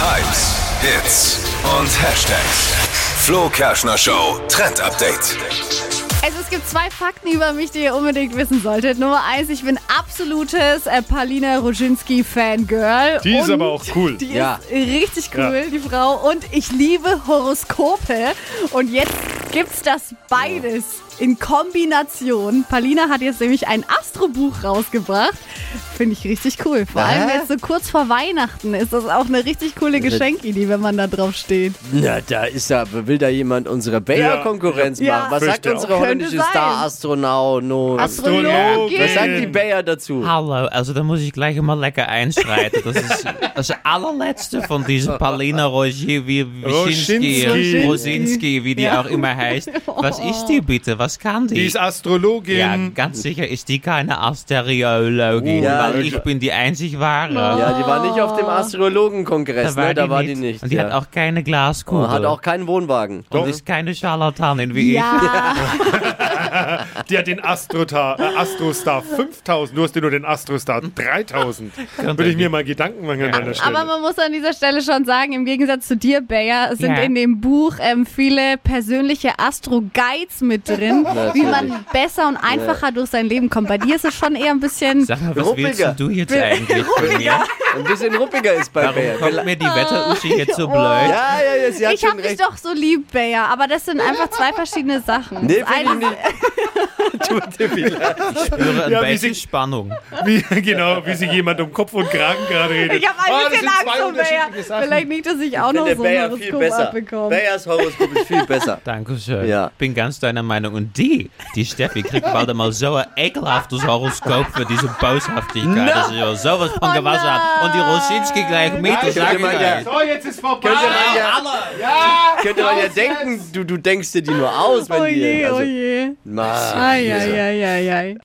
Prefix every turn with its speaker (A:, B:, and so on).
A: Hypes, Hits und Hashtags. Flo Kerschner Show Trend Update.
B: Also es gibt zwei Fakten über mich, die ihr unbedingt wissen solltet. Nummer eins, ich bin absolutes äh, Paulina Roginski Fangirl.
C: Die ist
B: Und
C: aber auch cool.
B: Die
D: Ja.
B: ist richtig cool,
C: Ja.
B: die Frau. Und ich liebe Horoskope. Und jetzt gibt's das beides in Kombination. Paulina hat jetzt nämlich ein Astrobuch rausgebracht. Finde ich richtig cool. Vor allem
D: Hä?
B: jetzt so kurz vor Weihnachten ist das auch eine richtig coole Geschenkidee, wenn man da drauf steht.
D: Na, da ist ja, will da jemand unsere Bayer-Konkurrenz
B: Ja.
D: machen? Was
C: Ja.
D: sagt
C: Fürchte
D: unsere
C: auch.
D: holländische
B: Könnte sein.
D: Star-Astronaut?
C: Astrologin.
D: Was sagt die Bayer dazu?
E: Hallo, also da muss ich gleich mal lekker einschreiten. Das ist das allerletzte von dieser Paulina Rogier
C: Roginski.
E: Wischinski, Rosinski, wie die auch immer heißt. Was ist die bitte? Was kann die?
C: Die ist Astrologin.
E: ja, ganz sicher ist die keine Asteriologin,
D: Oh, ja,
E: weil
C: Leute.
E: ich bin die einzig wahre.
D: Ja, die war nicht auf dem Astrologenkongress, ne? Da war die nicht.
E: Und die
D: ja. Oh,
E: hat auch keine Glaskugel.
D: Und hat auch keinen Wohnwagen.
E: und ist keine Scharlatanin wie ich.
B: Ja.
C: Die hat den Astrota, äh, Astrostar 5000. Du hast dir nur den Astrostar 3000. Würde ich mir mal Gedanken machen an deiner Stelle.
B: Aber man muss an dieser Stelle schon sagen, im Gegensatz zu dir, Bayer, sind
E: Ja.
B: in dem Buch ähm, viele persönliche Astro-Guides mit drin, wie man besser und einfacher durch sein Leben kommt. Bei dir ist es schon eher ein bisschen...
E: Sag mal, was
D: Ruppiger.
E: willst du jetzt eigentlich von mir?
D: Ein bisschen ruppiger ist bei
E: Warum
D: Bayer.
E: kommt mir die Wetteruschi jetzt so blöd?
D: Oh. Ja, ja, ja, sie hat
B: Ich
D: schon
B: hab dich
D: recht.
B: doch so lieb, Bayer, aber das sind einfach zwei verschiedene Sachen.
D: Nee,
B: Das
D: find ich
B: eine-
D: nicht. Tut dir viel leid.
E: spüre ein
C: Ja, wie
E: bisschen
C: sie-
E: Spannung.
C: wie, genau, wie sich jemand um Kopf und Kragen gerade redet.
B: Ich habe
D: Oh,
B: ein
C: Ah, das
B: bisschen
C: sind zwei
B: Angst vor
C: unterschiedliche
B: Bayer.
C: Sachen.
B: Vielleicht nicht, dass ich auch
D: Wenn
B: noch
D: der
B: so ein
D: Bayer viel
B: Horoskop
D: besser.
B: abbekomme.
D: Bayers Horoskop ist viel besser.
E: Dankeschön.
D: Ja.
E: Bin ganz deiner Meinung. Und die, die Steffi, kriegt bald einmal so ein ekelhaftes Horoskop für diese Boshaftigkeit. Das ist ja sowas von gewaschen hat. Und die Rosinski gleich mit. Das
D: Nein,
E: sag ich
D: ich hab immer
E: euch.
D: gern-
C: So, jetzt ist vorbei.
D: Könnte man ja, könnte man ja denken, du, du denkst dir also. die nur aus, wenn
B: Oh
D: die.
B: je, oh
D: also,
B: je.
D: Mann.
B: Ai, ai, ai, ai, ai.